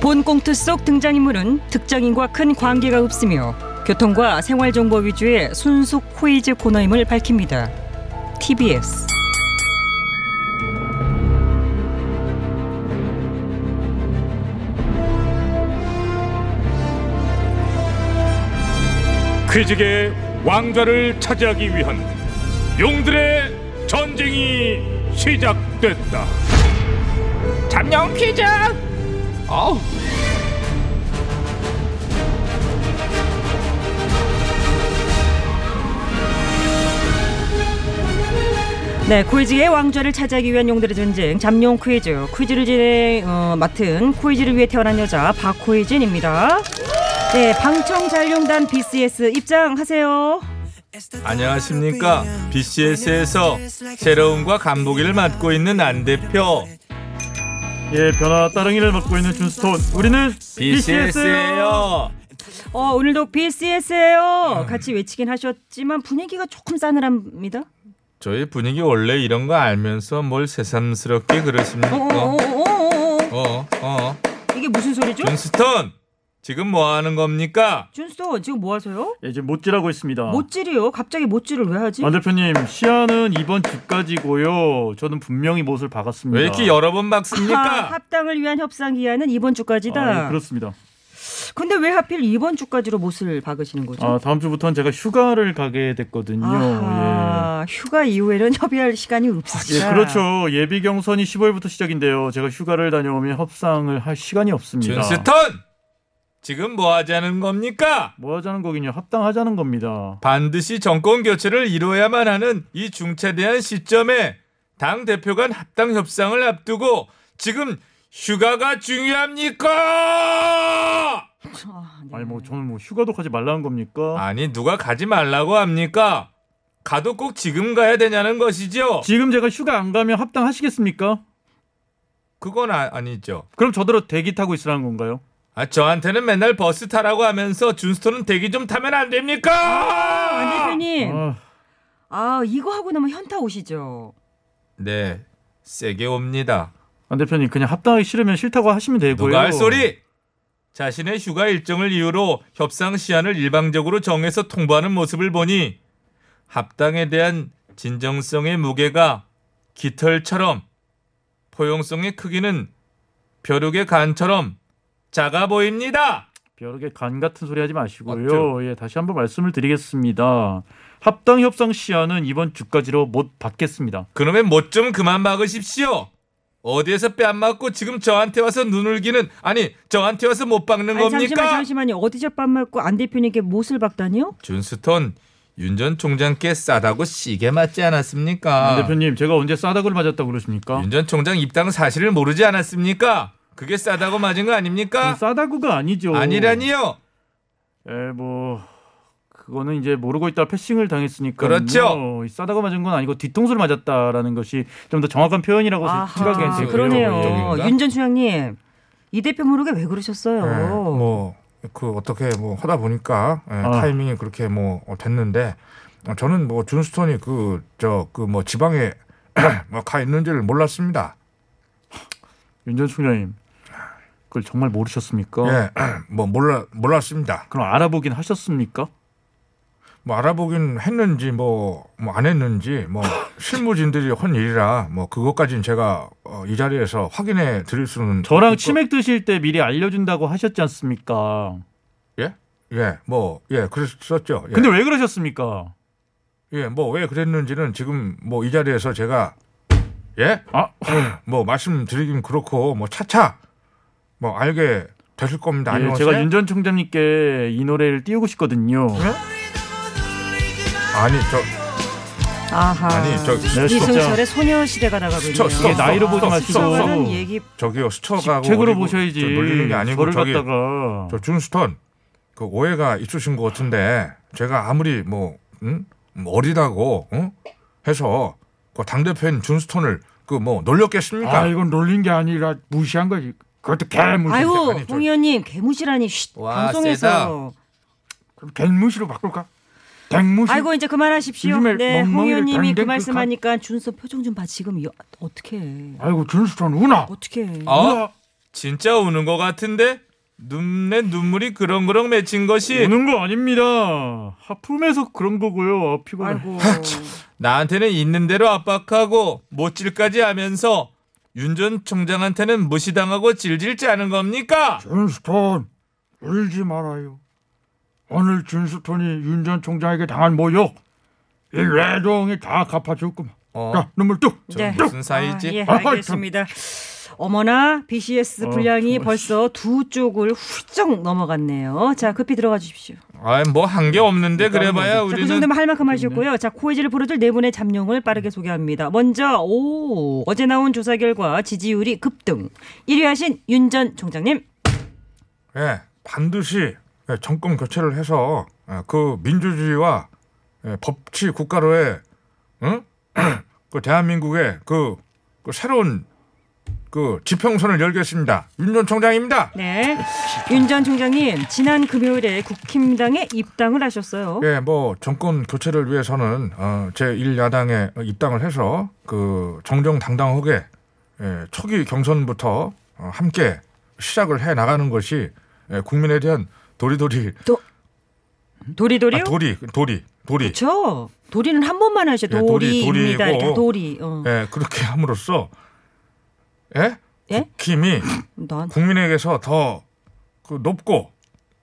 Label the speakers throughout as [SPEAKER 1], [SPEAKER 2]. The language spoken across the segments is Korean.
[SPEAKER 1] 본 꽁트 속 등장인물은 특정인과 큰 관계가 없으며 교통과 생활정보 위주의 순수 코이즈 코너임을 밝힙니다. TBS
[SPEAKER 2] 퀴즈계의 왕좌를 차지하기 위한 용들의 전쟁이 시작됐다. 잠룡 퀴즈. 어우.
[SPEAKER 1] 네, 코이즈의 왕좌를 차지하기 위한 용들의 전쟁 잠룡 퀴즈 퀴즈를 진행 어, 맡은 코이즈를 위해 태어난 여자 박코이진입니다. 네, 방청잘룡단 BCS 입장하세요.
[SPEAKER 3] 안녕하십니까 BCS에서 새로움과 간보기를 맡고 있는 안 대표
[SPEAKER 4] 예, 변화 따릉이를 맡고 있는 준스톤. 우리는
[SPEAKER 3] BCS예요
[SPEAKER 1] 어, 오늘도 BCS예요. 같이 외치긴 하셨지만 분위기가 조금 싸늘합니다.
[SPEAKER 3] 저희 분위기 원래 이런 거 알면서 뭘 새삼스럽게
[SPEAKER 1] 어, 어, 어,
[SPEAKER 3] 그러십니까
[SPEAKER 1] 어, 어, 어.
[SPEAKER 3] 어어 어.
[SPEAKER 1] 이게 무슨 소리죠?
[SPEAKER 3] 존스턴 지금 뭐 하는 겁니까
[SPEAKER 1] 준스톤 지금 뭐 하세요?
[SPEAKER 4] 예, 지금 못질하고 있습니다.
[SPEAKER 1] 못질이요? 갑자기 못질을 왜 하지?
[SPEAKER 4] 안 대표님, 시야는 이번 주까지고요. 저는 분명히 못을 박았습니다. 아,
[SPEAKER 3] 왜 이렇게 여러 번
[SPEAKER 1] 아,
[SPEAKER 3] 박습니까
[SPEAKER 1] 합당을 위한 협상 기한은 이번 주까지다.
[SPEAKER 4] 그러니까. 아, 예, 그렇습니다.
[SPEAKER 1] 근데 왜 하필 이번 주까지로 못을 박으시는 거죠?
[SPEAKER 4] 아, 다음 주부터는 제가 휴가를 가게 됐거든요. 예.
[SPEAKER 1] 아하, 휴가 이후에는 협의할 시간이
[SPEAKER 4] 예,
[SPEAKER 1] 없으시다.
[SPEAKER 4] 그렇죠. 예비 경선이 15일부터 시작인데요. 제가 휴가를 다녀오면 협상을 할 시간이 없습니다.
[SPEAKER 3] 존스턴 지금 뭐 하자는 겁니까
[SPEAKER 4] 뭐 하자는 거긴요. 합당하자는 겁니다.
[SPEAKER 3] 반드시 정권 교체를 이뤄야만 하는 이 중차대한 시점에 당 대표 간 합당 협상을 앞두고 지금 휴가가 중요합니까?
[SPEAKER 1] 아, 네.
[SPEAKER 4] 아니 뭐 저는 뭐 휴가도 가지 말라는 겁니까?
[SPEAKER 3] 아니 누가 가지 말라고 합니까? 가도 꼭 지금 가야 되냐는 것이죠.
[SPEAKER 4] 지금 제가 휴가 안 가면 합당하시겠습니까?
[SPEAKER 3] 그건 아, 니죠
[SPEAKER 4] 그럼 저대로 대기 타고 있으라는 건가요?
[SPEAKER 3] 아 저한테는 맨날 버스 타라고 하면서 준스톤은 대기 좀 타면 안
[SPEAKER 1] 안
[SPEAKER 3] 됩니까?
[SPEAKER 1] 대표님,
[SPEAKER 4] 아,
[SPEAKER 1] 아 이거 하고 나면 현타 오시죠.
[SPEAKER 3] 네, 세게 옵니다.
[SPEAKER 4] 안 대표님 그냥 합당하기 싫으면 싫다고 하시면 되고요.
[SPEAKER 3] 누가 할 소리? 자신의 휴가 일정을 이유로 협상 시한을 일방적으로 정해서 통보하는 모습을 보니 합당에 대한 진정성의 무게가 깃털처럼 포용성의 크기는 벼룩의 간처럼 작아 보입니다.
[SPEAKER 4] 벼룩의 간 같은 소리 하지 마시고요.
[SPEAKER 3] 맞죠?
[SPEAKER 4] 예, 다시 한번 말씀을 드리겠습니다. 합당 협상 시한은 이번 주까지로 못 받겠습니다.
[SPEAKER 3] 그놈의 못 좀 그만 막으십시오. 어디에서 뺨 맞고 지금 저한테 와서 눈울기는 아니 저한테 와서 못 박는
[SPEAKER 1] 아니,
[SPEAKER 3] 겁니까?
[SPEAKER 1] 잠시만 잠시만요. 어디서 밥 맞고 안 대표님께 못을 박다니요?
[SPEAKER 3] 준스톤 윤 전 총장께 싸다고 시게 맞지 않았습니까?
[SPEAKER 4] 안 대표님 제가 언제 싸다구를 맞았다고
[SPEAKER 5] 어?
[SPEAKER 4] 그러십니까?
[SPEAKER 3] 윤 전 총장 입당 사실을 모르지 않았습니까? 그게 싸다고 맞은 거 아닙니까?
[SPEAKER 4] 싸다구가
[SPEAKER 5] 그렇죠.
[SPEAKER 4] 아니죠.
[SPEAKER 3] 아니라니요.
[SPEAKER 4] 예, 뭐 그거는 이제 모르고 있다 패싱을 당했으니까
[SPEAKER 3] 그렇죠.
[SPEAKER 4] 싸다구 맞은 건 아니고 뒤통수를 맞았다라는 것이 좀 더 정확한 표현이라고 생각이 되고요. 예.
[SPEAKER 1] 그러네요.
[SPEAKER 3] 이쪽인가?
[SPEAKER 1] 윤 전 총장님, 이 대표 모르게 왜 그러셨어요?
[SPEAKER 4] 네,
[SPEAKER 5] 뭐 그 어떻게 뭐 하다 보니까 예,
[SPEAKER 3] 어.
[SPEAKER 4] 아.
[SPEAKER 5] 타이밍이 그렇게 뭐 어, 됐는데 어, 저는 뭐 준스톤이 그 저 그 뭐 지방에 뭐 가 있는지를 몰랐습니다.
[SPEAKER 4] 윤 전 총장님 그걸 정말
[SPEAKER 3] 어.
[SPEAKER 4] 모르셨습니까?
[SPEAKER 5] 예, 뭐 몰라 몰랐습니다.
[SPEAKER 4] 그럼 알아보긴 하셨습니까?
[SPEAKER 5] 뭐 알아보긴 했는지 뭐 안 했는지 뭐 실무진들이 헌 일이라 뭐 그것까지는 제가 어, 이 자리에서 확인해 드릴 수는
[SPEAKER 4] 저랑
[SPEAKER 5] 없고-
[SPEAKER 4] 치맥 드실 때 미리 알려준다고 하셨지 않습니까?
[SPEAKER 5] 예, 예, 뭐 예, 그랬었죠. 예.
[SPEAKER 4] 근데 왜 그러셨습니까?
[SPEAKER 5] 예, 뭐 왜 그랬는지는 지금 뭐 이 자리에서 제가 예?
[SPEAKER 4] 아.
[SPEAKER 5] 뭐 말씀드리긴 그렇고 뭐 차차 뭐 알게 되실 겁니다.
[SPEAKER 4] 예,
[SPEAKER 5] 안녕하세요.
[SPEAKER 4] 제가 윤 전 총장님께 이 노래를 띄우고 싶거든요.
[SPEAKER 5] 아니 저
[SPEAKER 1] 아하.
[SPEAKER 5] 아니 저
[SPEAKER 4] 네, 진짜.
[SPEAKER 1] 이승철의 소녀시대가 나가고 있네요.
[SPEAKER 5] 스쳐, 스쳐,
[SPEAKER 4] 이게 나이로 보지 마시고.
[SPEAKER 1] 수정하는 얘기
[SPEAKER 5] 저기요 스쳐가고
[SPEAKER 4] 책으로
[SPEAKER 5] 어디고
[SPEAKER 4] 보셔야지.
[SPEAKER 5] 저 놀리는 게 아니고
[SPEAKER 4] 저를
[SPEAKER 5] 저기
[SPEAKER 4] 갖다가
[SPEAKER 5] 저 준스턴 그 오해가 있으신 것 같은데 제가 아무리 뭐 음? 어리다고 응? 해서 그당 대표인 준스턴을 그 뭐 놀렸겠습니까?
[SPEAKER 6] 아 이건 놀린 게 아니라 무시한 거지. 그것도 개무시.
[SPEAKER 1] 아유,
[SPEAKER 5] 아니, 저-
[SPEAKER 1] 홍 의원님 개무시라니 쉿,
[SPEAKER 3] 와,
[SPEAKER 1] 방송에서.
[SPEAKER 6] 그럼 개무시로 바꿀까? 댕무시.
[SPEAKER 1] 아이고 이제 그만하십시오.
[SPEAKER 6] 요즘에
[SPEAKER 1] 네, 홍
[SPEAKER 6] 멍멍이를
[SPEAKER 1] 의원님이 그
[SPEAKER 6] 당장
[SPEAKER 1] 말씀하니까 준서 표정 좀 봐. 지금 어떻게?
[SPEAKER 6] 아이고 준수선 운나
[SPEAKER 1] 어떻게?
[SPEAKER 3] 어?
[SPEAKER 6] 운하
[SPEAKER 3] 진짜 우는 것 같은데 눈내 눈물이 그렁그렁 맺힌 것이
[SPEAKER 4] 우는 거 아닙니다. 하품해서 그런 거고요. 아, 피곤해.
[SPEAKER 1] 아이고.
[SPEAKER 3] 나한테는 있는 대로 압박하고 못질까지 하면서 윤 전 총장한테는 무시당하고 질질 짜는 겁니까?
[SPEAKER 6] 준스톤 울지 말아요. 오늘 준스톤이 윤 전 총장에게 당한 모욕 이 외동이 다 갚아줬구만.
[SPEAKER 3] 어,
[SPEAKER 6] 자 눈물 뚝.
[SPEAKER 3] 저 무슨 사이지?
[SPEAKER 1] 아, 예,
[SPEAKER 6] 아이, 참.
[SPEAKER 1] 알겠습니다. 어머나 BCS
[SPEAKER 4] 어,
[SPEAKER 1] 분량이
[SPEAKER 4] 정말.
[SPEAKER 1] 벌써 두 쪽을 훌쩍 넘어갔네요. 자 급히 들어가 주십시오.
[SPEAKER 3] 아이 뭐 한 게 없는데 그래봐야
[SPEAKER 1] 자, 그
[SPEAKER 3] 우리는
[SPEAKER 1] 정도면 할 만큼 하셨고요. 자, 코이즈를 부르들 네 분의 잠룡을 빠르게 소개합니다. 먼저 오 어제 나온 조사 결과 지지율이 급등. 1위 하신 윤 전 총장님.
[SPEAKER 5] 예, 반드시 예, 정권 교체를 해서 예, 그 민주주의와 예, 법치 국가로의 응? 그 대한민국의 그, 그 새로운 그 지평선을 열겠습니다. 윤 전 총장입니다.
[SPEAKER 1] 네. 윤 전 총장님 지난 금요일에 국힘당에 입당을 하셨어요.
[SPEAKER 5] 예, 뭐 정권 교체를 위해서는 어, 제1 야당에 입당을 해서 그 정정당당하게 예, 초기 경선부터 어, 함께 시작을 해 나가는 것이 예, 국민에 대한 도리도리
[SPEAKER 1] 도리도리요?
[SPEAKER 5] 아, 도리 도리 도리
[SPEAKER 1] 그렇죠. 도리는 한 번만 하셔.
[SPEAKER 5] 예, 도리,
[SPEAKER 1] 도리입니다.
[SPEAKER 5] 도리고.
[SPEAKER 1] 이렇게 도리. 어.
[SPEAKER 5] 예, 그렇게 함으로써 예?
[SPEAKER 1] 예?
[SPEAKER 5] 국힘이
[SPEAKER 1] 난
[SPEAKER 5] 국민에게서 더 그 높고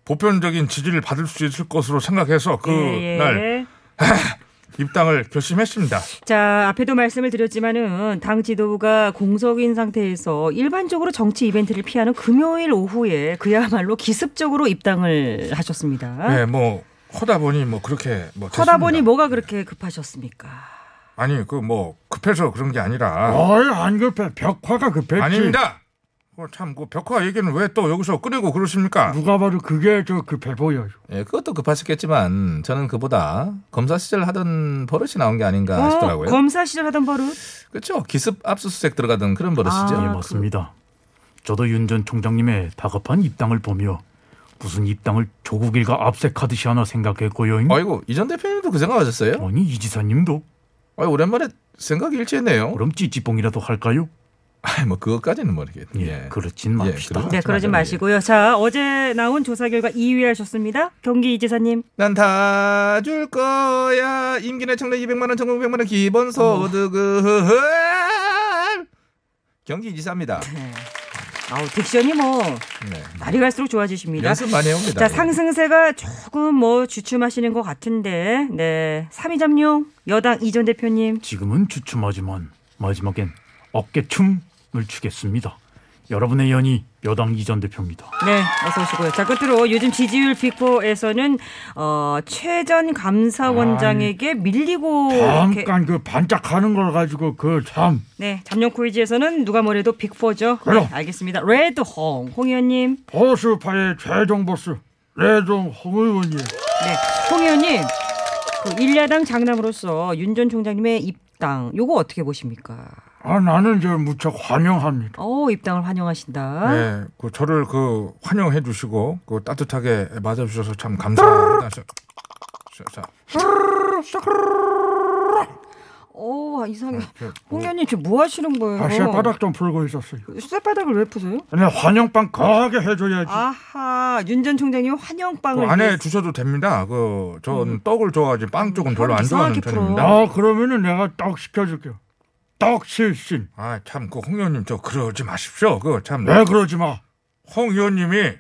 [SPEAKER 5] 보편적인 지지를 받을 수 있을 것으로 생각해서
[SPEAKER 1] 예, 예.
[SPEAKER 5] 그날 입당을 결심했습니다.
[SPEAKER 1] 자, 앞에도 말씀을 드렸지만은 당 지도부가 공석인 상태에서 일반적으로 정치 이벤트를 피하는 금요일 오후에 그야말로 기습적으로 입당을 하셨습니다.
[SPEAKER 7] 네?
[SPEAKER 5] 예, 뭐 허다 보니 뭐 그렇게 뭐
[SPEAKER 1] 하다
[SPEAKER 5] 됐습니다.
[SPEAKER 1] 보니 뭐가 그렇게 급하셨습니까?
[SPEAKER 5] 아니 그 뭐 급해서 그런 게 아니라
[SPEAKER 6] 어이 안 급해 벽화가 급했지.
[SPEAKER 5] 아닙니다. 어, 참그 벽화 얘기는 왜 또 여기서 끄내고 그러십니까?
[SPEAKER 6] 누가 봐도 그게 저 급해 보여요.
[SPEAKER 7] 예, 그것도 급하셨겠지만 저는 그보다 검사 시절 하던 버릇이 나온 게 아닌가
[SPEAKER 5] 어,
[SPEAKER 7] 싶더라고요.
[SPEAKER 1] 어, 검사 시절 하던 버릇. 네,
[SPEAKER 7] 그렇죠. 기습 압수수색 들어가던 그런 버릇이죠.
[SPEAKER 1] 아,
[SPEAKER 4] 예, 맞습니다. 저도 윤 전 총장님의 다급한 입당을 보며 무슨 입당을 조국 일가 압색하듯이 하나 생각했고요.
[SPEAKER 6] 어.
[SPEAKER 7] 아이고 이전 대표님도 그 생각하셨어요?
[SPEAKER 5] 예.
[SPEAKER 4] 아니 이 지사님도
[SPEAKER 7] 아, 오랜만에 생각이 일치했네요.
[SPEAKER 4] 그럼 찌찌뽕이라도 할까요?
[SPEAKER 7] 아, 뭐 그것까지는 모르겠네.
[SPEAKER 4] 예, 그렇진 맙시다.
[SPEAKER 6] 그렇죠.
[SPEAKER 1] 네, 그러지 마시고요. 자, 어제 나온 조사 결과 2위 하셨습니다. 경기 이지사님.
[SPEAKER 7] 난 다 줄 거야. 임기내 청래 200만 원, 전국 100만 원 기본 소득을 경기지사입니다.
[SPEAKER 1] 네. 아우, 딕션이 뭐
[SPEAKER 7] 네.
[SPEAKER 1] 날이 갈수록 좋아지십니다.
[SPEAKER 7] 연습 많이 해옵니다.
[SPEAKER 1] 자, 상승세가 조금 뭐 주춤하시는 것 같은데, 네. 3위 잠룡, 여당 이전 대표님.
[SPEAKER 4] 지금은 주춤하지만 마지막엔 어깨춤을 추겠습니다. 여러분의 연이 여당 이전 대표입니다.
[SPEAKER 1] 네, 어서 오시고요. 자, 끝으로 요즘 지지율 빅4에서는 어, 최전 감사원장에게 밀리고 네, 이렇게-
[SPEAKER 6] 잠깐 그 반짝하는 걸 가지고 그참
[SPEAKER 1] 네, 잠룡 코이지에서는 누가 뭐래도 빅4죠. 네,
[SPEAKER 6] 그럼.
[SPEAKER 1] 알겠습니다. 레드 홍, 홍 의원님.
[SPEAKER 6] 보수파의 최종 보스 레종 홍 의원님.
[SPEAKER 1] 네, 홍 의원님. 그 일야당 장남으로서 윤 전 총장님의 입당 요거 어떻게 보십니까?
[SPEAKER 6] 아 나는 저 무척 환영합니다.
[SPEAKER 1] 어, 입당을 환영하신다.
[SPEAKER 5] 예, 그 저를 그 환영해 주시고 그 따뜻하게 맞아 주셔서 참 감사합니다. 자, 자,
[SPEAKER 1] 어, 이상해.
[SPEAKER 5] 자,
[SPEAKER 1] 홍 의원님 지금 뭐 하시는 거예요? 그
[SPEAKER 6] 아 쇠바닥 좀 풀고 있었어요.
[SPEAKER 1] 쇠바닥을 왜 푸세요?
[SPEAKER 6] 근데 환영빵 거하게 해줘야지.
[SPEAKER 1] 아하, 윤 전 총장님 환영빵을
[SPEAKER 5] 그 안에
[SPEAKER 1] 위해서-
[SPEAKER 5] 주셔도 됩니다. 그 전 떡을 좋아하지 빵 쪽은 별로 안
[SPEAKER 1] 이상하게
[SPEAKER 5] 좋아하는
[SPEAKER 1] 풀어.
[SPEAKER 5] 편입니다.
[SPEAKER 6] 나 그러면은 내가 떡 시켜줄게요. 떡 실신.
[SPEAKER 5] 아 참 그 홍 의원님 저 그러지 마십시오. 그 참
[SPEAKER 6] 왜
[SPEAKER 5] 홍
[SPEAKER 6] 그러지 마.
[SPEAKER 5] 의원님이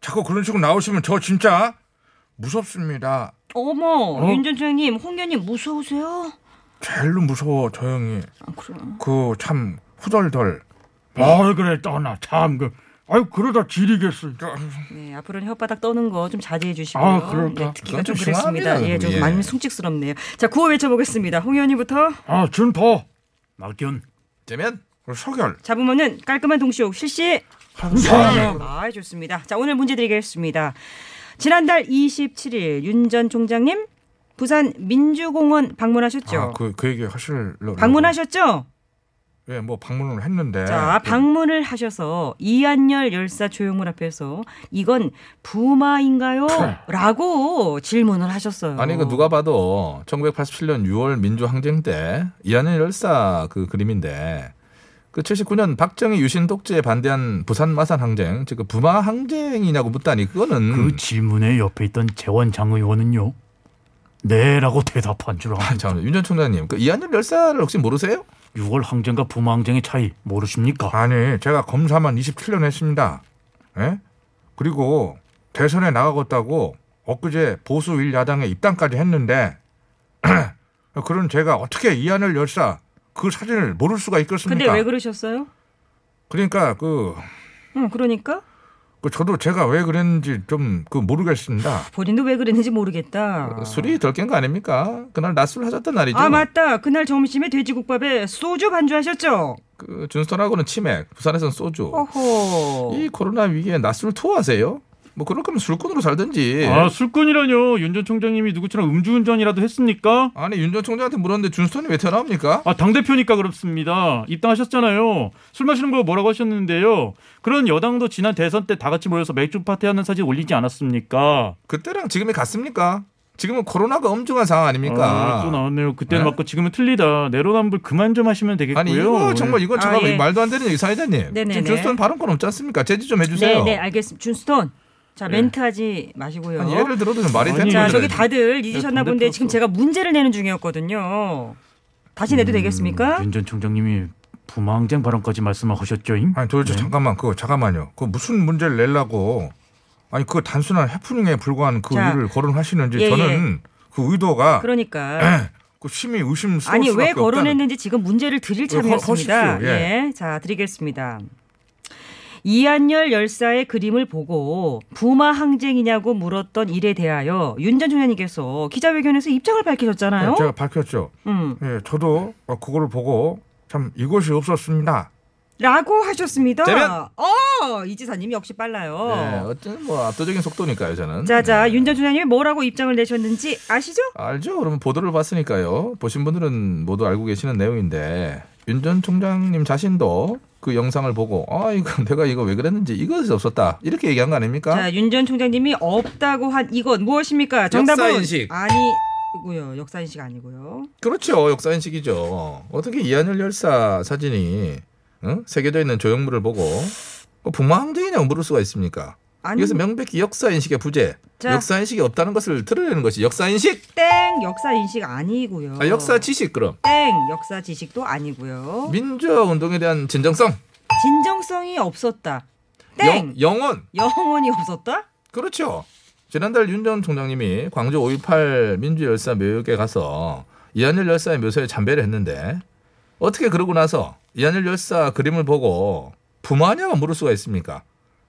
[SPEAKER 5] 자꾸 그런 식으로 나오시면 저 진짜 무섭습니다.
[SPEAKER 1] 어머,
[SPEAKER 6] 어?
[SPEAKER 1] 윤 전 총장님, 홍 의원님 무서우세요?
[SPEAKER 5] 제일로 무서워 저 형이
[SPEAKER 1] 아, 그럼.
[SPEAKER 5] 그 참 후덜덜.
[SPEAKER 6] 뭘 그래 떠나 참 그. 아유 그러다 지리겠어.
[SPEAKER 1] 네, 앞으로는 혓바닥 떠는 거 좀 자제해 주시고요.
[SPEAKER 6] 아, 그럴까?
[SPEAKER 1] 네, 듣기가
[SPEAKER 7] 그건
[SPEAKER 1] 좀
[SPEAKER 7] 좀
[SPEAKER 1] 그랬습니다.
[SPEAKER 7] 심합니다,
[SPEAKER 1] 예, 좀
[SPEAKER 7] 그건. 예.
[SPEAKER 1] 많이 숭직스럽네요. 자, 구호 외쳐보겠습니다. 홍 의원님부터
[SPEAKER 6] 아 준포.
[SPEAKER 4] 낙연
[SPEAKER 7] 어쩌면
[SPEAKER 5] 서결
[SPEAKER 1] 잡으면은 깔끔한 동시욕 실시.
[SPEAKER 6] 환영.
[SPEAKER 1] 아, 좋습니다. 자, 오늘 문제 드리겠습니다. 지난달 27일 윤 전 총장님 부산 민주공원 방문하셨죠?
[SPEAKER 5] 아그그 얘기 하실려고
[SPEAKER 1] 방문하셨죠?
[SPEAKER 5] 예, 뭐 방문을 했는데.
[SPEAKER 7] 네.
[SPEAKER 1] 자,
[SPEAKER 5] 그
[SPEAKER 1] 방문을 하셔서 이한열 열사 조형물 앞에서 이건 부마인가요? 라고 질문을 하셨어요.
[SPEAKER 7] 네. 아니 그 누가 봐도 1987년 6월 민주항쟁 때 이한열 열사 그 그림인데 그 79년 박정희 유신 독재에 반대한 부산 마산 항쟁, 즉 그 부마 항쟁이냐고 묻다니 그거는
[SPEAKER 4] 그
[SPEAKER 5] 그렇죠.
[SPEAKER 4] 질문에 옆에 있던 재원 장 의원은요. 네라고 대답한 줄
[SPEAKER 7] 아,
[SPEAKER 4] 아는
[SPEAKER 7] 잠깐만 윤 전 총장님 그 이한열 열사를 혹시 모르세요?
[SPEAKER 4] 6월 항쟁과 부마 항쟁의 차이 모르십니까?
[SPEAKER 5] 아니 제가 검사만 27년 했습니다. 예? 그리고 대선에 나가겠다고 엊그제 보수 일야당에 입당까지 했는데 그런 제가 어떻게 이한을 열사 그 사진을 모를 수가 있겠습니까?
[SPEAKER 1] 근데 왜 그러셨어요?
[SPEAKER 5] 그러니까 그,
[SPEAKER 1] 응, 그러니까
[SPEAKER 5] 그 저도 제가 왜 그랬는지 좀 그 모르겠습니다.
[SPEAKER 1] 본인도 왜 그랬는지 모르겠다.
[SPEAKER 7] 술이 덜 깬 거 아닙니까? 그날 낮술 하셨단 어, 날이죠.
[SPEAKER 1] 아 맞다. 그날 점심에 돼지국밥에 소주 반주하셨죠?
[SPEAKER 7] 그 준스턴하고는 치맥, 부산에선 소주.
[SPEAKER 1] 어허.
[SPEAKER 7] 이 코로나 위기에 낮술 투어하세요? 뭐 그럴 거면 술꾼으로 살든지.
[SPEAKER 4] 아 술꾼이라뇨. 윤 전 총장님이 누구처럼 음주운전이라도 했습니까?
[SPEAKER 7] 아니 윤 전 총장한테 물었는데 준스턴이 왜 튀어나옵니까?
[SPEAKER 4] 아, 당대표니까 그렇습니다. 입당하셨잖아요. 술 마시는 거 뭐라고 하셨는데요. 그런 여당도 지난 대선 때 다 같이 모여서 맥주 파티하는 사진 올리지 않았습니까?
[SPEAKER 7] 그때랑 지금이 같습니까? 지금은 코로나가 엄중한 상황
[SPEAKER 4] 아,
[SPEAKER 7] 아닙니까?
[SPEAKER 4] 또 나왔네요. 그때는
[SPEAKER 7] 그러니까. 네?
[SPEAKER 4] 맞고 지금은 틀리다. 내로남불 그만 좀 하시면 되겠고요. 네.
[SPEAKER 7] 아니 이거 정말 이건
[SPEAKER 1] 아,
[SPEAKER 7] 정말
[SPEAKER 1] 예.
[SPEAKER 7] 말도 안 되는 얘기 사회자님.
[SPEAKER 1] 네네네.
[SPEAKER 7] 지금 준스턴 발언권 없지 않습니까? 제지 좀 해주세요. 네.
[SPEAKER 1] 네, 네, 알겠습니다. 준스톤. 자, 멘트하지 마시고요.
[SPEAKER 7] 아니, 예를 들어도 좀 말이 되는
[SPEAKER 4] 아니,
[SPEAKER 1] 자,
[SPEAKER 7] 분들은-
[SPEAKER 1] 저기 다들 잊으셨나
[SPEAKER 4] 네,
[SPEAKER 1] 본데
[SPEAKER 4] 반대표였어.
[SPEAKER 1] 지금 제가 문제를 내는 중이었거든요.
[SPEAKER 7] 음,
[SPEAKER 1] 다시 내도 되겠습니까?
[SPEAKER 4] 윤 전 총장님이 부마 항쟁 발언까지 말씀하셨죠. 잉?
[SPEAKER 5] 아니 도대체 잠깐만 그거 잠깐만요. 그 무슨 문제를 내려고 아니 그 단순한 해프닝에 불과한 그
[SPEAKER 1] 자.
[SPEAKER 5] 일을 거론하시는지
[SPEAKER 1] 예, 예.
[SPEAKER 5] 저는 그 의도가
[SPEAKER 1] 그러니까
[SPEAKER 5] 그 심히 의심스러울
[SPEAKER 1] 아니
[SPEAKER 5] 수밖에
[SPEAKER 1] 왜
[SPEAKER 5] 없다는 예,
[SPEAKER 1] 거론했는지 지금 문제를 드릴
[SPEAKER 5] 거-
[SPEAKER 1] 참이었습니다.
[SPEAKER 5] 거십시오. 예.
[SPEAKER 1] 예, 자 드리겠습니다. 이한열 열사의 그림을 보고 부마 항쟁이냐고 물었던 일에 대하여 윤 전 총장님께서 기자회견에서 입장을
[SPEAKER 7] 네,
[SPEAKER 1] 밝히셨잖아요.
[SPEAKER 5] 제가 밝혔죠.
[SPEAKER 1] 음,
[SPEAKER 5] 예, 저도 어, 그거를 보고 참 이것이 없었습니다.
[SPEAKER 1] 라고 하셨습니다.
[SPEAKER 7] 대변!
[SPEAKER 1] 어, 이 지사님 역시 빨라요.
[SPEAKER 7] 네, 어쨌든 뭐 압도적인 속도니까요, 저는.
[SPEAKER 1] 자자
[SPEAKER 7] 네.
[SPEAKER 1] 윤 전 총장님이 뭐라고 입장을 내셨는지 아시죠?
[SPEAKER 7] 알죠. 그러면 보도를 봤으니까요. 보신 분들은 모두 알고 계시는 내용인데 윤 전 총장님 자신도 그 영상을 보고 아 이거 내가 이거 왜 그랬는지 이것이 없었다 이렇게 얘기한 거
[SPEAKER 5] 어?
[SPEAKER 7] 아닙니까?
[SPEAKER 1] 자, 윤 전 총장님이 없다고 한 이건 무엇입니까? 정답은
[SPEAKER 7] 역사인식.
[SPEAKER 1] 아니고요. 역사인식 아니고요.
[SPEAKER 7] 그렇죠. 역사인식이죠. 어떻게 이한열 열사 사진이 응? 새겨져 있는 조형물을 보고 어, 부마항쟁이냐고 물을 수가 있습니까?
[SPEAKER 1] 아니
[SPEAKER 7] 이것은 명백히 역사인식의 부재.
[SPEAKER 1] 자.
[SPEAKER 7] 역사인식이 없다는 것을 드러내는 것이 역사인식.
[SPEAKER 1] 땡 역사인식 아니고요.
[SPEAKER 7] 아, 역사 지식 그럼.
[SPEAKER 1] 땡 역사 지식도 아니고요.
[SPEAKER 7] 민주화 운동에 대한 진정성.
[SPEAKER 1] 진정성이 없었다. 땡
[SPEAKER 7] 영, 영원.
[SPEAKER 1] 영혼이 없었다.
[SPEAKER 7] 그렇죠. 지난달 윤 전 총장님이 광주 5.18 민주열사 묘역에 가서 이한열 열사의 묘소에 참배를 했는데 어떻게 그러고 나서 이한열 열사 그림을 보고 부마냐고 물을 수가 있습니까?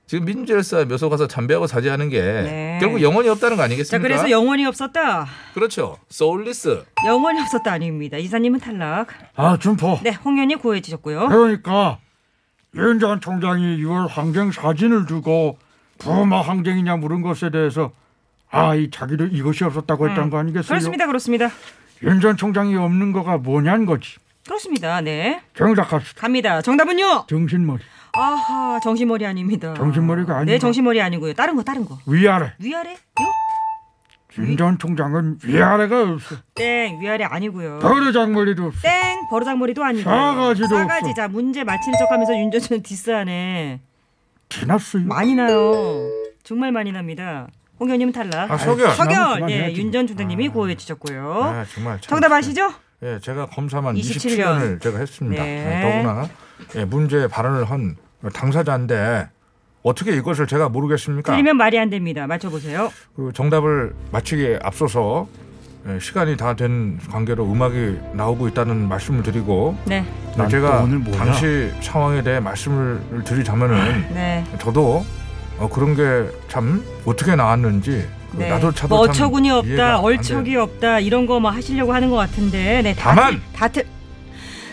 [SPEAKER 7] 지금 민주열사 묘소 가서 참배하고 사죄하는 게
[SPEAKER 1] 네.
[SPEAKER 7] 결국 영혼이 없다는 거
[SPEAKER 1] 자
[SPEAKER 7] 아니겠습니까?
[SPEAKER 1] 그래서 영혼이 없었다.
[SPEAKER 7] 그렇죠. 소울리스.
[SPEAKER 1] 영혼이 없었다 아닙니다. 이사님은 탈락.
[SPEAKER 6] 아, 준포.
[SPEAKER 1] 네 홍현이 고해지셨고요.
[SPEAKER 6] 그러니까 윤 전 총장이 6월 항쟁 사진을 주고 부마 항쟁이냐 물은 것에 대해서 아, 이 자기도 이것이 없었다고 했던 거 아니겠어요?
[SPEAKER 1] 음, 그렇습니다. 그렇습니다.
[SPEAKER 6] 윤 전 총장이 없는 거가 뭐냐는 거지.
[SPEAKER 1] 그렇습니다. 네
[SPEAKER 6] 정답합시다.
[SPEAKER 1] 갑니다. 정답은요.
[SPEAKER 6] 정신머리.
[SPEAKER 1] 아하 정신머리 아닙니다.
[SPEAKER 6] 정신머리가 아니구나.
[SPEAKER 1] 네 정신머리 아니고요. 다른 거 다른 거.
[SPEAKER 6] 위아래.
[SPEAKER 1] 위아래요?
[SPEAKER 6] 윤 전 총장은 위아래가 없어.
[SPEAKER 1] 땡 위아래 아니고요.
[SPEAKER 6] 어? 버르장머리도 없어.
[SPEAKER 1] 땡 버르장머리도 아니고
[SPEAKER 6] 싸가지도 없어.
[SPEAKER 1] 자 문제 맞히는 척하면서 윤전수는 디스하네
[SPEAKER 6] 지났어요.
[SPEAKER 1] 많이 나요 정말 많이 납니다 홍 의원님은 탈락
[SPEAKER 5] 아, 석열.
[SPEAKER 1] 서결
[SPEAKER 6] 그만
[SPEAKER 1] 예,
[SPEAKER 6] 해야지.
[SPEAKER 1] 윤전 총장님이 구호 외치셨고요
[SPEAKER 5] 아, 정말 참.
[SPEAKER 1] 어? 정답 아시죠?
[SPEAKER 5] 예, 제가 검사만
[SPEAKER 1] 27
[SPEAKER 5] 27년. 을 제가 했습니다.
[SPEAKER 1] 네.
[SPEAKER 5] 예, 더구나 예, 문제 발언을 한 당사자인데 어떻게 이것을 제가 모르겠습니까?
[SPEAKER 1] 틀리면 말이 안 됩니다 맞춰보세요
[SPEAKER 5] 그 정답을 맞히기에 앞서서 예, 시간이 다 된 관계로 음악이 나오고 있다는 말씀을 드리고
[SPEAKER 1] 네
[SPEAKER 4] 난또
[SPEAKER 5] 제가
[SPEAKER 4] 오늘 뭐냐?
[SPEAKER 5] 당시 상황에 대해 말씀을 드리자면은
[SPEAKER 1] 네.
[SPEAKER 7] 아.
[SPEAKER 5] 저도 어, 그런 게 참 어떻게 나왔는지 그
[SPEAKER 1] 네.
[SPEAKER 5] 나도 차도
[SPEAKER 1] 뭐
[SPEAKER 5] 참
[SPEAKER 1] 어처구니
[SPEAKER 5] 이해가
[SPEAKER 1] 없다,
[SPEAKER 5] 안
[SPEAKER 1] 얼척이
[SPEAKER 5] 돼요.
[SPEAKER 1] 없다 이런 거 뭐 하시려고 하는 것 같은데, 네, 다,
[SPEAKER 5] 다만
[SPEAKER 1] 다, 틀,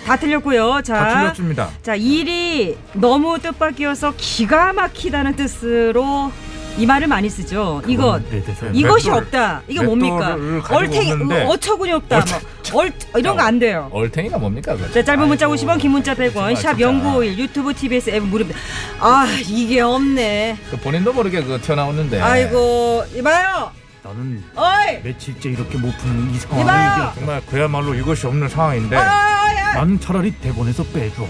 [SPEAKER 1] 다 틀렸고요. 자,
[SPEAKER 5] 다 틀렸습니다.
[SPEAKER 1] 자 일이 너무 뜻밖이어서 기가 막히다는 뜻으로 이 말을 많이 쓰죠. 이거
[SPEAKER 4] 네, 네, 네.
[SPEAKER 1] 이것이
[SPEAKER 5] 맷돌,
[SPEAKER 1] 없다. 이게
[SPEAKER 5] 맷돌을
[SPEAKER 1] 뭡니까?
[SPEAKER 5] 가지고
[SPEAKER 1] 얼탱이
[SPEAKER 5] 오는데
[SPEAKER 1] 뭐 어처구니 없다. 뭐 얼 이런 거 안 돼요.
[SPEAKER 5] 어.
[SPEAKER 7] 얼탱이가 뭡니까? 그거?
[SPEAKER 1] 자, 짧은 문자
[SPEAKER 7] 아이고,
[SPEAKER 1] 50원, 긴 문자 100원,
[SPEAKER 7] 정말
[SPEAKER 1] 샵
[SPEAKER 7] 진짜.
[SPEAKER 1] 0951, 유튜브, TBS 앱 무료입니다. 아, 이게 없네.
[SPEAKER 7] 그 본인도 모르게 그거
[SPEAKER 5] 네.
[SPEAKER 7] 튀어나오는데.
[SPEAKER 1] 아이고, 이봐요.
[SPEAKER 4] 나는
[SPEAKER 1] 어이,
[SPEAKER 4] 며칠째 이렇게 못 푸는 이 상황을
[SPEAKER 1] 이봐요.
[SPEAKER 4] 얘기하고
[SPEAKER 1] 아,
[SPEAKER 5] 정말 그야말로 이것이 없는 상황인데
[SPEAKER 1] 어이, 어이, 어이.
[SPEAKER 4] 난 차라리 대본에서 빼줘.